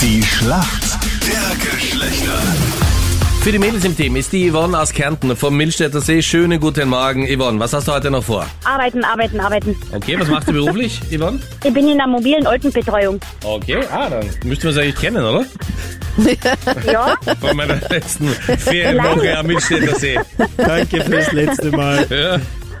Die Schlacht der Geschlechter. Für die Mädels im Team ist die Yvonne aus Kärnten vom Millstätter See. Schönen guten Morgen, Yvonne. Was hast du heute noch vor? Arbeiten, arbeiten, arbeiten. Okay, was machst du beruflich, Yvonne? Ich bin in der mobilen Altenbetreuung. Okay, ah, dann müssten wir es eigentlich kennen, oder? Ja, Von meiner letzten Ferienwoche am Millstätter See. Danke fürs letzte Mal. Ja.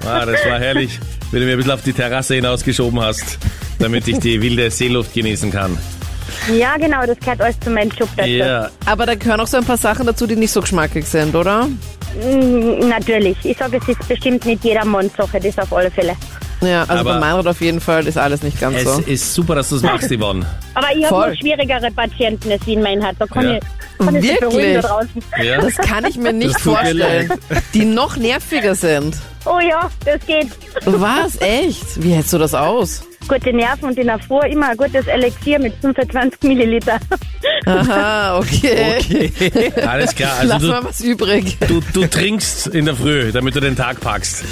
Ah, das war herrlich, wenn du mir ein bisschen auf die Terrasse hinausgeschoben hast, damit ich die wilde Seeluft genießen kann. ja genau, das gehört alles zu meinem Job dazu. Ja, Aber da gehören auch so ein paar Sachen dazu, die nicht so geschmackig sind, oder? Mm, Natürlich. Ich sage, es ist bestimmt nicht jedermanns Sache, das auf alle Fälle. Ja, also Aber- bei Meinrad auf jeden Fall ist alles nicht ganz es so. ist super, dass du es machst, Yvonne. Aber ich habe Voll. noch schwierigere Patienten als wie in Meinhard. Da kann Ja. ich, kann ich sich beruhigen da Wirklich? draußen. Ja? Das kann ich mir nicht Das tut mir vorstellen. Die noch nerviger sind. Oh ja, das geht. Was? Echt? Wie hältst du das aus? Gute Nerven und in der Vor immer ein gutes Elixier mit 25 Milliliter. Aha, okay. Alles klar, Lass also mal was übrig. du, du, du trinkst in der Früh, damit du den Tag packst.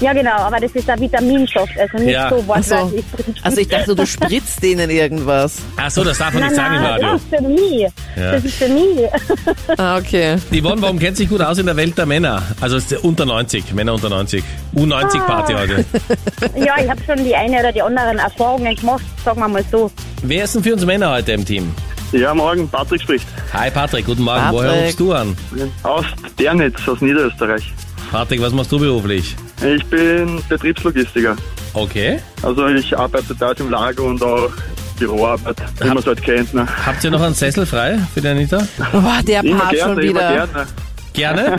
Ja, genau, aber das ist ein Vitaminstoff, also nicht Ja. so Ach so. wortwörtlich. Also ich dachte, du spritzt denen irgendwas. Ach so, das darf man Nein, nicht sagen im nein, Radio. das ist für mich. Ja. Das ist für mich. Ah, okay. Yvonne, warum kennt sich gut aus in der Welt der Männer? Also es ist unter 90, Männer unter 90. U90-Party heute. Ah. Ja, ich habe schon die eine oder die anderen Erfahrungen gemacht, sagen wir mal so. Wer ist denn für uns Männer heute im Team? Ja, morgen, Patrick spricht. Hi Patrick, guten Morgen. Patrick. Woher rufst du an? Aus Bernitz, aus Niederösterreich. Patrick, was machst du beruflich? Ich bin Betriebslogistiker. Okay. Also ich arbeite dort im Lager und auch Büroarbeit, wie man es halt kennt. Ne? Habt ihr noch einen Sessel frei für die Anita? Boah, der Immer Part schon gerne, immer wieder. gerne. Gerne.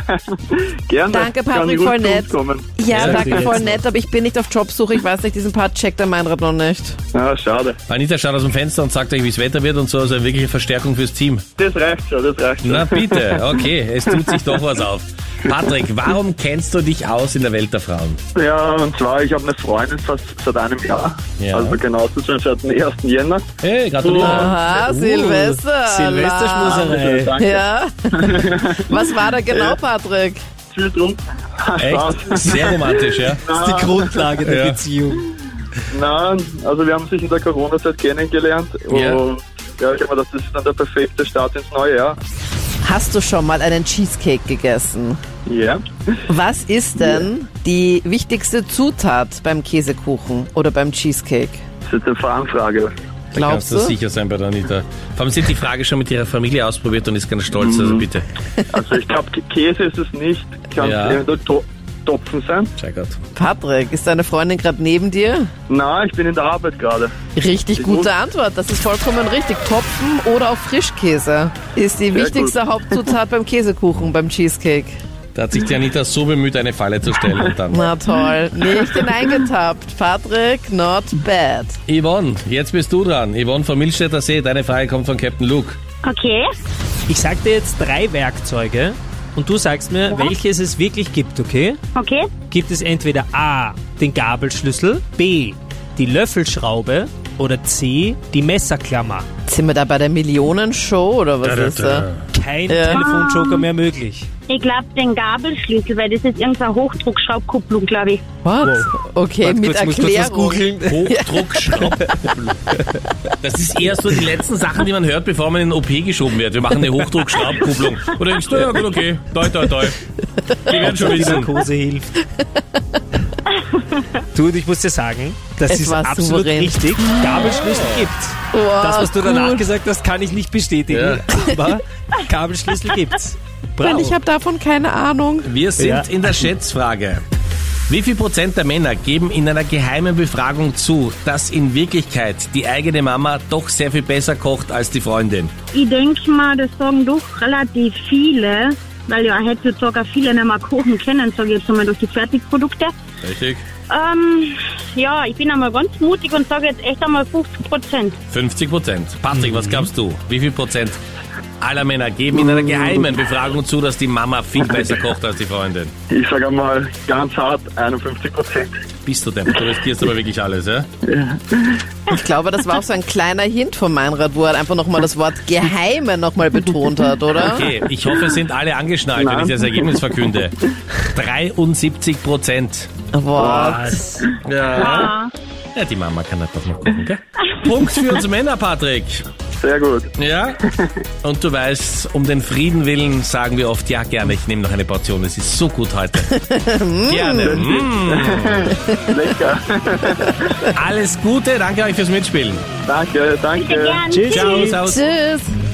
Gerne. Danke, Kann Patrick, gut voll zu uns nett. Kommen. Ja, Ja, danke, jetzt. voll nett, aber ich bin nicht auf Jobsuche. Ich weiß nicht, diesen Part checkt der Meinrad noch nicht. Ja, schade. Anita schaut aus dem Fenster und sagt euch, wie es Wetter wird und so. Also eine wirkliche Verstärkung fürs Team. Das reicht schon, das reicht schon. Na bitte. Okay, es tut sich doch was auf. Patrick, warum kennst du dich aus in der Welt der Frauen? Ja, und zwar, ich habe eine Freundin fast seit einem Jahr. Ja. Also genau, das ist schon seit dem 1. Jänner. Hey, gratuliere. Aha, Silvester. Silvesterschmusserei. Also, Danke. Ah, Ja. Was war da Äh. genau, Patrick? Viel drum. Spaß. Echt? Sehr romantisch, ja? Das ist die Grundlage der Ja. Beziehung. Nein, also wir haben sich in der Corona-Zeit kennengelernt Ja. und ja, ich glaube, das ist dann der perfekte Start ins neue Jahr. Hast du schon mal einen Cheesecake gegessen? Ja. Was ist denn die wichtigste Zutat beim Käsekuchen oder beim Cheesecake? Das ist eine Fangfrage. Glaubst Kannst du du? sicher sein bei der Anita. Vor allem, sie hat die Frage schon mit ihrer Familie ausprobiert und ist ganz stolz, Mhm. also bitte. Also ich glaube, Käse ist es nicht. Kann Ja. es eventuell to Topfen sein? Check out. Patrick, ist deine Freundin gerade neben dir? Nein, ich bin in der Arbeit gerade. Richtig muss- gute Antwort, das ist vollkommen richtig. Topfen oder auch Frischkäse ist die wichtigste Hauptzutat beim Käsekuchen, beim Cheesecake. Da hat sich die Anita so bemüht, eine Falle zu stellen. Und dann. Na toll, nicht hineingetappt. Patrick, not bad. Yvonne, jetzt bist du dran. Yvonne vom Milchstädter See, deine Frage kommt von Captain Luke. Okay. Ich sag dir jetzt drei Werkzeuge und du sagst mir, welches es wirklich gibt, okay? Okay. Gibt es entweder A, den Gabelschlüssel, B, die Löffelschraube oder C, die Messerklammer. Sind wir da bei der Millionenshow oder was ist da? Kein Ja. Telefonjoker mehr möglich. Ich glaube, den Gabelschlüssel, weil das ist irgendeine Hochdruckschraubkupplung, glaube ich. What? Okay, Warte Äh, mit kurz, ich muss kurz was Erklärung. googeln. Hochdruckschraube. Das ist eher so die letzten Sachen, die man hört, bevor man in den OP geschoben wird. Wir machen eine Hochdruckschraubkupplung. Und denkst du, ja gut, okay, toi, toi, toi. Die werden schon Die wissen. Narkose hilft. Du, und ich muss dir sagen, das Es ist war absolut souverän. richtig. Gabelschlüssel gibt's. Wow, das, was du gut. danach gesagt hast, kann ich nicht bestätigen. Aber Kabelschlüssel gibt's. Bravo. Weil ich habe davon keine Ahnung. Wir sind Ja. in der Schätzfrage. Wie viel Prozent der Männer geben in einer geheimen Befragung zu, dass in Wirklichkeit die eigene Mama doch sehr viel besser kocht als die Freundin? Ich denke mal, das sagen doch relativ viele, weil ja heutzutage auch viele nicht mehr kochen können, sage ich jetzt einmal durch die Fertigprodukte. Richtig. Ähm, ja, ich bin einmal ganz mutig und sage jetzt echt einmal 50 Prozent. 50 Prozent. Patrick, was glaubst du? Wie viel Prozent aller Männer geben in einer geheimen Befragung zu, dass die Mama viel besser kocht als die Freundin? Ich sage einmal ganz hart 51 Prozent. Bist du denn? Du riskierst aber wirklich alles, ja? Ich glaube, das war auch so ein kleiner Hint von Meinrad, wo er einfach nochmal das Wort Geheime nochmal betont hat, oder? Okay, ich hoffe, es sind alle angeschnallt, wenn ich das Ergebnis verkünde. 73 Prozent. Wow. Was? Ja. Ja, die Mama kann das doch noch gucken, gell? Punkt für uns Männer, Patrick. Sehr gut. Ja? Und du weißt, um den Frieden willen sagen wir oft, ja gerne, ich nehme noch eine Portion, es ist so gut heute. gerne. Mm. Lecker. Alles Gute, danke euch fürs Mitspielen. danke, Bitte danke. gern. Tschüss. Ciao, servus. Tschüss.